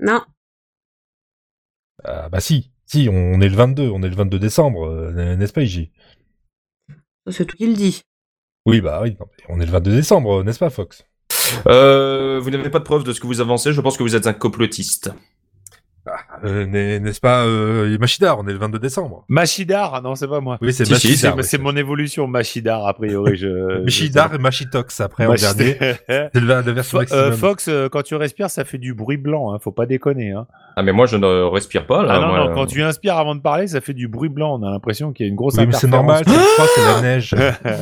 Non. Ah, bah si, si, on est le 22, on est le 22 décembre, euh, n'est-ce pas, IJ C'est tout qu'il dit. Oui, bah oui, non, mais on est le 22 décembre, n'est-ce pas, Fox Euh, vous n'avez pas de preuve de ce que vous avancez, je pense que vous êtes un complotiste. Euh, n'est- N'est-ce pas, euh, Machidar, on est le 22 décembre Machidar, non, c'est pas moi. Oui, c'est Si, si, C'est Machidar. oui, c'est euh, mon évolution, Machidar, a priori. Je, Machidar et Machitox, après, en Machidar. dernier. C'est le- la, version Fo- euh, maximum. Fox, euh, quand tu respires, ça fait du bruit blanc, hein, faut pas déconner. Hein. Ah, mais moi, je ne respire pas, là. Ah non, moi, non, euh, quand tu inspires avant de parler, ça fait du bruit blanc, on a l'impression qu'il y a une grosse oui, mais c'est normal, interférence. c'est le froid,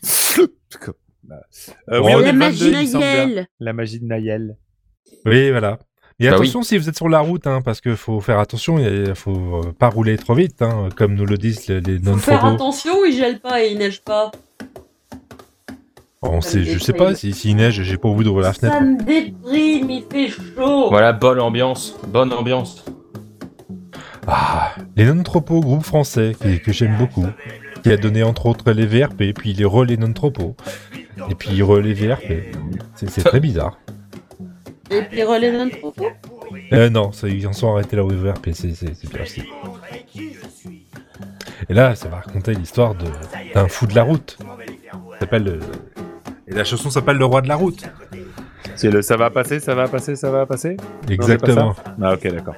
c'est la neige. Euh, oui, Oh, on la est le 22, magie il me semble bien. naïelle La magie de Nayel. Oui, voilà. Et Bah attention si vous êtes sur la route, hein, parce qu'il faut faire attention, il faut euh, pas rouler trop vite, hein, comme nous le disent les, les Faut faire non-phobos. attention, il gèle pas et il neige pas. On Ça sait, me je sais déprime. pas, si- s'il neige, j'ai pas envie d'ouvrir la Ça fenêtre. me déprime, il fait chaud. Voilà, bonne ambiance, bonne ambiance. Ah, les non-tropos, groupe français, que, que j'aime beaucoup, qui a donné entre autres les VRP, puis les relais non-tropos, et puis relais VRP. C'est c'est très bizarre. Et puis relais d'un propos. Euh, non, ça, ils en sont arrêtés là au VRP, c'est c'est- c'est bien aussi. Et là, ça va raconter l'histoire de- d'un fou de la route. Ça s'appelle. euh, Et la chanson s'appelle Le roi de la route. C'est le ça va passer, ça va passer, ça va passer Exactement. Ah, ok, d'accord.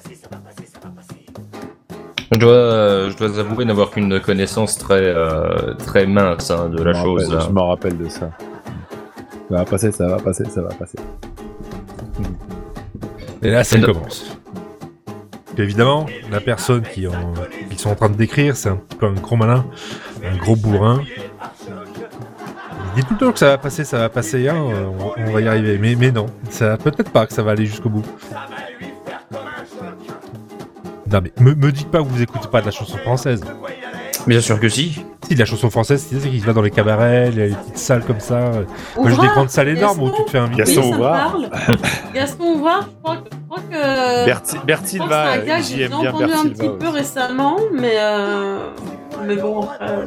Je dois, euh, je dois avouer n'avoir qu'une connaissance très, euh, très mince hein, de la Je m'en chose. rappelle- Je hein. m'en rappelle de ça. Ça va passer, ça va passer, ça va passer. Et là, ça Et de- commence. Puis Évidemment, la personne qui en- qu'ils sont en train de décrire, c'est un petit peu un gros malin, un gros bourrin. Il dit tout le temps que ça va passer, ça va passer, hein, euh, on, on va y arriver. Mais, mais non, ça peut-être pas que ça va aller jusqu'au bout. Non mais me, me dites pas que vous écoutez pas de la chanson française. Bien sûr que si. Si de la chanson française, c'est qui va dans les cabarets, les, les petites salles comme ça. Moi, j'ai des grandes salles énormes où tu te fais inviter. Gaston oui, ça me Ouvrard. parle. Gaston Ouvrard, je crois que. Je crois que... Euh, Berti- je crois que c'est Bertilva, un gars euh, que j'y j'ai aime bien entendu un Bertilva. petit peu récemment, mais euh... mais bon. euh,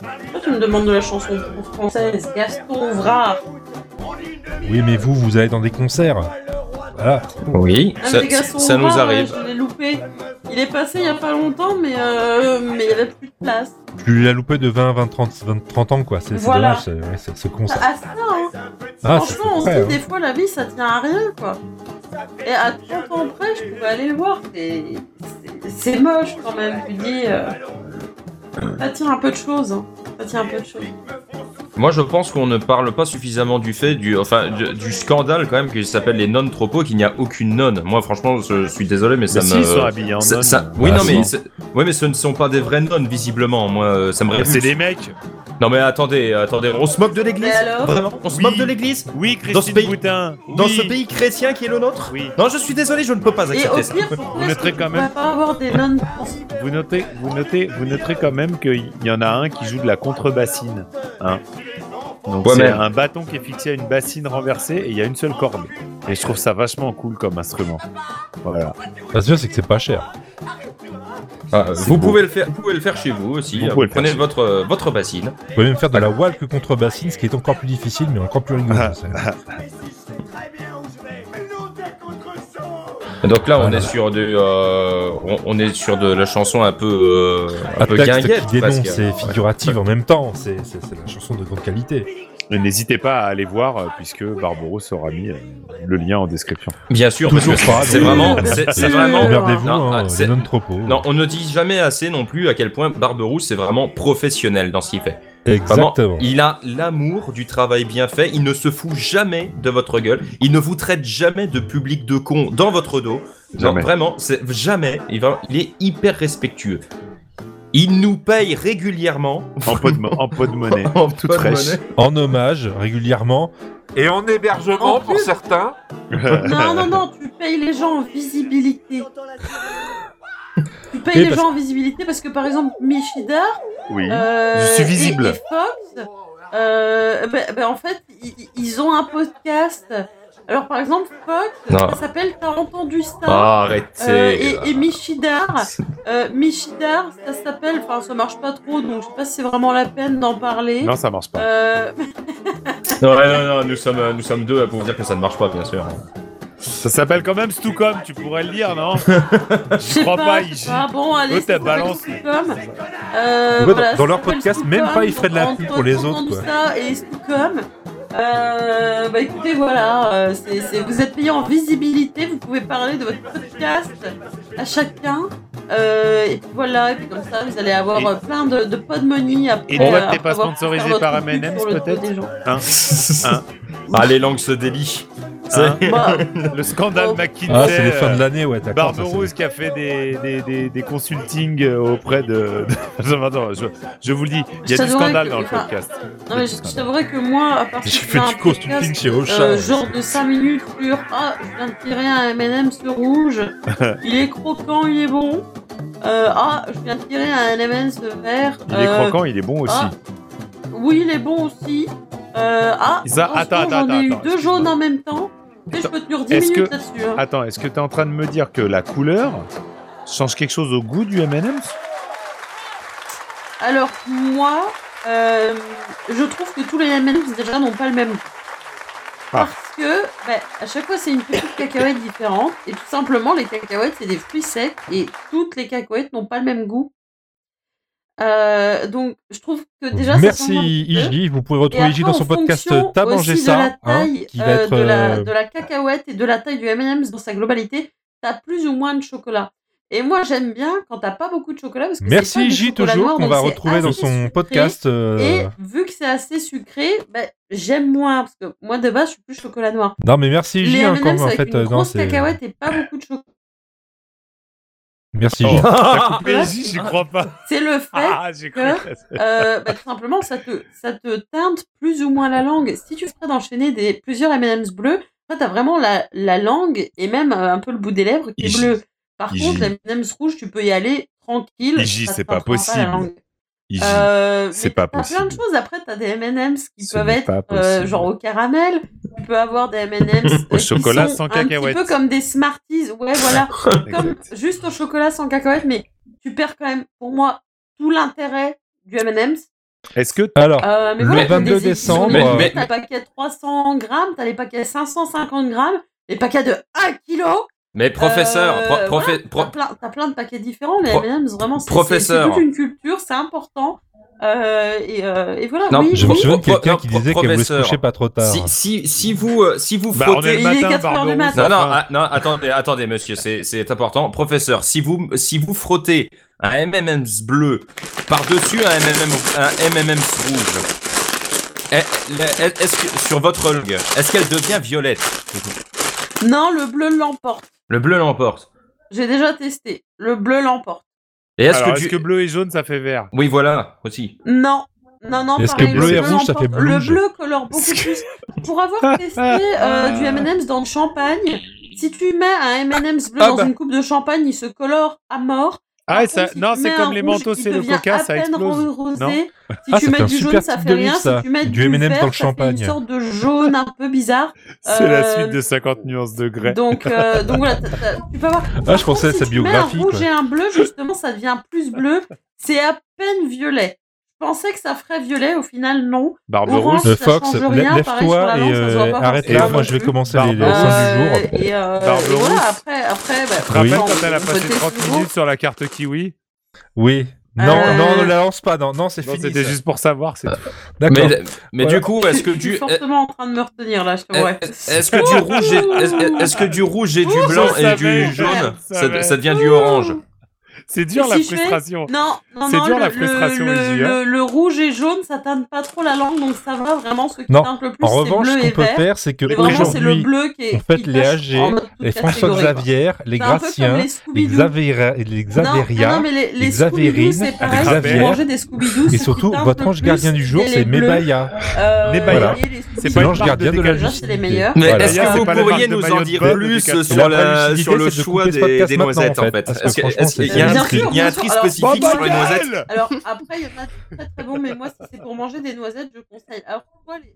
Pourquoi tu me demandes de la chanson française Gaston Ouvrard. Oui mais vous, vous allez dans des concerts. Voilà. Oui, Ah, mais ça, les Gaston ça nous Ouvrard, arrive. ouais, je l'ai loupé. Il est passé il y a pas longtemps, mais euh... mais il y avait plus de place. Tu l'as loupé de 20, 20, 30, 20, 30 ans, quoi. C'est c'est Voilà. dommage, c'est ouais, c'est- c'est con, ça. Ah, ça, hein. Ah, c'est Franchement, on se vrai, dit hein. des fois la vie ça tient à rien quoi. Et à 30 ans près, je pouvais aller le voir. C'est c'est- c'est moche quand même. Tu dis. euh, Ça tient un peu de choses. hein. Ça tient un peu de choses. Moi, je pense qu'on ne parle pas suffisamment du fait, du, enfin, du, du scandale quand même qui s'appelle les non-tropos, qu'il n'y a aucune nonne. Moi, franchement, je, je suis désolé, mais ça Mais si, me. ils sont habillés en ça- nonne. ça- Oui, Ah, non, mais, si. c'est- oui, mais ce ne sont pas des vraies nonnes, visiblement. Moi, euh, ça me Ah, révulse. C'est des mecs. Non, mais attendez, attendez, on se moque de l'église Et alors Vraiment On se Oui. moque de l'église Oui, Dans ce Christine pays- Boutin. Dans oui, ce pays chrétien qui est le nôtre Oui. Non, je suis désolé, je ne peux pas Et au accepter ça. pire, pourquoi Vous est-ce noterez qu'on quand même- pourrait pas avoir des nonnes Vous notez, vous notez, vous noterez quand même qu'il y en a un qui joue de la contrebassine. Hein. Donc Ouais, c'est mais- un bâton qui est fixé à une bassine renversée et il y a une seule corde. Et je trouve ça vachement cool comme instrument. Voilà. La seule, c'est hein. que c'est pas cher. Ah, C'est vous, beau. pouvez le faire, vous pouvez le faire chez vous aussi. Vous Vous, pouvez le prenez faire chez votre, euh, votre bassine. Vous pouvez même faire de la walk contre bassine, ce qui est encore plus difficile, mais encore plus rigolo. Ah, ça. Donc là, on Voilà. est sur de, euh, on, on est sur de la chanson un peu, euh, un Un peu texte guinguette. qui parce que- dénonce et figurative en même temps. C'est c'est- c'est la chanson de grande qualité. Et N'hésitez pas à aller voir euh, puisque Barbaros aura mis euh, le lien en description. Bien sûr, Toujours parce que pas, C'est mais- vraiment, c'est c'est Euh, vraiment. Regardez-vous, Non, hein, ah, les c'est- non-tropos. Non, on ne dit jamais assez non plus à quel point Barberousse est vraiment professionnel dans ce qu'il fait. Vraiment, Exactement. il a l'amour du travail bien fait. Il ne se fout jamais de votre gueule. Il ne vous traite jamais de public de con dans votre dos. Non, Jamais. vraiment, c'est jamais. Il, va- il est hyper respectueux. Il nous paye régulièrement En pot de, mo- en pot de monnaie. en toute bonne fraîche. monnaie. En hommage, régulièrement. Et en hébergement En plus- certains. Non, non, non, tu payes les gens en visibilité. Tu Et payes les parce- gens en visibilité parce que par exemple, Michidar, Oui. Euh, Je suis visible. Et, et Fox, euh, ben- ben, en fait, i- i- ils ont un podcast. Alors, par exemple, Fox, Ah. Non. ça s'appelle T'as entendu ça Ah, arrêtez. Euh, et, et Michidar, euh, Michidar, ça s'appelle, enfin ça marche pas trop, donc je sais pas si c'est vraiment la peine d'en parler. Non, ça marche pas. Euh, Non, non, non, nous sommes, nous sommes deux pour vous dire que ça ne marche pas, bien sûr. Ça s'appelle quand même Stucom, tu pourrais le dire, non Je Je sais crois pas, pas, je il- sais pas. Ah Bon, allez, Eux, t'as c'est pas balance. Stockholm. Euh, Ouais, dans- voilà, dans leur Stockholm, podcast, Stockholm, même pas, ils feraient de la entre pub pour les autres, Toronto, quoi. ça et Stockholm. Euh, bah écoutez, voilà, euh, c'est- c'est- vous êtes payé en visibilité, vous pouvez parler de votre podcast à chacun. Euh, et puis voilà, et puis comme ça, vous allez avoir Et- euh, plein de, de pod money après. Et Noël, euh, t'es après pas avoir sponsorisé fait votre par pub M&M's, sur le dos peut-être des gens. Hein Hein Ah, les langues se délient. Hein C'est- Bah, Le scandale Oh. McKinsey. Ah, c'est les fins euh, de l'année, ouais, d'accord. ça, c'est- Barberousse qui a fait des, des, des, des consultings euh, auprès de. de- Attends, je, je vous le dis, il y Je a du t'avouerai scandale que- dans le enfin, podcast. non, mais je, je t'avouerai que moi, à partir J'ai fait d'un du consulting podcast, chez Auchan. euh, genre de 5 minutes sur Ah, je viens de tirer un MM sur rouge, il est croquant, il est bon. Euh, ah, je viens de tirer un MM ce vert. Il est euh, croquant, il est bon aussi. ah, oui, il est bon aussi. Euh, ah, Ça, franchement, attends, j'en attends, ai eu attends, deux excuse-moi. jaunes en même temps. Tu sais, je peux tenir 10 est-ce minutes que- là-dessus. hein. Attends, est-ce que tu es en train de me dire que la couleur change quelque chose au goût du MM's Alors, moi, euh, je trouve que tous les M&M's déjà n'ont pas le même goût. Ah. Parce que, bah, à chaque fois, c'est une petite cacahuète différente. Et tout simplement, les cacahuètes, c'est des fruits secs. Et toutes les cacahuètes n'ont pas le même goût. Euh, donc, je trouve que déjà, ça Merci change un petit peu. Igi, vous pouvez Et retrouver Igi après, dans son en podcast fonction T'as aussi mangé de ça, la hein, taille, qui va euh, être de, la, euh, de la cacahuète et de la taille du M&M's dans sa globalité, t'as plus ou moins de chocolat. Et moi, j'aime bien quand t'as pas beaucoup de chocolat parce que c'est Merci pas du J chocolat toujours noir, qu'on donc va c'est retrouver dans assez son sucré. podcast. euh, Et vu que c'est assez sucré, ben, j'aime moins parce que moi de base, je suis plus chocolat noir. Non mais merci Les J hein, quand M&M's en avec fait une euh, non grosse c'est cacahuète et pas beaucoup de chocolat. merci Oh. J. J'y crois pas. C'est le fait Ah, j'ai cru. euh, bah, tout simplement, ça te, ça te teinte plus ou moins la langue. Si tu ferais d'enchaîner des, plusieurs M&M's bleus, là, t'as vraiment la, la langue et même euh, un peu le bout des lèvres qui est Iji. bleu. Par Iji. contre, les M&M's rouges, tu peux y aller tranquille. Iji, ça te c'est pas teintera la possible. langue. Iji, Euh, c'est mais pas T'as plein de possible. choses. Après, t'as des M&M's qui Ce peuvent n'est être pas euh, possible. genre au caramel. Tu peux avoir des M&M's Au euh, chocolat qui sont sans Un cacahuètes. petit peu comme des Smarties. Ouais, voilà. comme Exact. juste au chocolat sans cacahuètes, mais tu perds quand même, pour moi, tout l'intérêt du M&M's. Est-ce que Alors Euh, mais Le voilà, t'as 22 des éditions décembre, euh. limitées, Mais- mais- T'as le paquet de 300 grammes, t'as les paquets de 550 grammes, les paquets de 1 kilo. Mais professeur, pro- Euh, profé- pro- T'as plein, t'as plein de paquets différents, les Pro- M&M's, vraiment, c'est- c'est c'est Professeur. toute une culture, c'est important. Euh, et, euh, et voilà, Non, oui, je oui. me souviens de pro- quelqu'un non, qui pro- disait qu'elle voulait se professeur. coucher pas trop tard. si, si, si vous, euh, si vous Bah, on frottez est le Il est matin, 4 heures du Barberousse, matin. Non, non, enfin. ah, non, attendez, attendez, monsieur, c'est c'est important. Professeur, si vous, si vous frottez un MMMs bleu par-dessus un, MMM, un MMMs rouge, est- le- eh, est-ce que, sur votre langue, est-ce qu'elle devient violette Non, le bleu l'emporte. Le bleu l'emporte. J'ai déjà testé. Le bleu l'emporte. Et est-ce Alors, que, est-ce du- que bleu et jaune ça fait vert Oui, voilà, aussi. Non. Non, non, Est-ce pareil, que bleu le et rouge, ça l'emporte. fait Le blouge bleu colore beaucoup plus. Pour avoir testé euh, du M&M's dans le champagne, si tu mets un M&M's bleu Ah dans bah. une coupe de champagne, il se colore à mort. Par Ah, ça, contre, si non, tu mets c'est un comme les rouge, manteaux, il c'est le devient coca, à ça peine explose. rosé. Non Si Ah, tu ça mets fait un du jaune, super ça type fait de rien. livre, Si ça. tu mets Du du M&M vert, dans le ça fait une champagne. sorte de jaune un peu bizarre. C'est la Euh, suite de 50 nuances degrés. Donc, euh, donc voilà, t'as- t'as- tu peux avoir. Ah je pensais à si sa tu biographie Mets un rouge quoi. et un bleu, justement, ça devient plus bleu. C'est à peine violet. Je pensais que ça ferait violet, au final, non. Barberousse, Ça Euh, change Fox, rien, lè- pareil, sur la lève-toi lance, et ça se voit euh, pas arrête forcément là, non moi je vais plus. commencer les, les Barbe- leçons du Euh, jour. Et, euh, Barbe et voilà, rousse. après, après, bah, Tu te rappelles Oui. quand elle a on passé peut 30 tester minutes sur la carte kiwi Oui. Non, Euh, non, ne la lance pas, non, non, c'est Non, fini. C'était ça. juste pour savoir. Bah. c'est tout. D'accord. Mais, mais Voilà. du coup, Je est-ce que suis- je suis du, euh, fortement en train de me retenir là, je te vois. est-ce que du rouge, et- est-ce- est-ce que du rouge et du blanc Je et du savais, jaune, je ça, savais. ça devient du orange C'est dur Et la si je fais frustration. Non, non, C'est non, dur, le, la frustration, le, Izzy, le- hein. le rouge et jaune, ça teinte pas trop la langue, donc ça va vraiment. Ce qui Non, teinte le plus, En c'est revanche, ce bleu qu'on et peut vert. faire, c'est que Mais vraiment, c'est le aujourd'hui, bleu qui est. on fête qui les tâche AG, en mode toute les François catégorie, quoi. Xavier, les C'est un peu comme Graciens, les les Scooby-Doo. Xavéria, les Non, Xavéria, non, mais les, les les Scooby-Doo, Xavérines, c'est les pareil, Xavères. vous mangez des Scooby-Doo. ceux et qui surtout, teintent votre le ange plus, gardien du jour, les c'est bleus. Mébaya. Euh, Les Bayards. et les Scooby-Doo. C'est C'est pas une l'ange marque gardien de de la dégagement, c'est lucidité. les meilleurs. Mais Voilà. est-ce D'ailleurs, que c'est vous pas la pourriez marque nous de en maillot de dire bain, plus de sur, la- L'idée, sur le c'est de choix couper ce des, podcast des maintenant, noisettes, en fait, en fait parce que Est-ce que- franchement, est-ce qu'il y a c'est- un Bien tri- sûr, il y a un bien tri sûr. Alors, spécifique sur bah, les noisettes Alors après, il y en a des très très bons, mais moi, si c'est pour manger des noisettes, je conseille. Alors pourquoi les...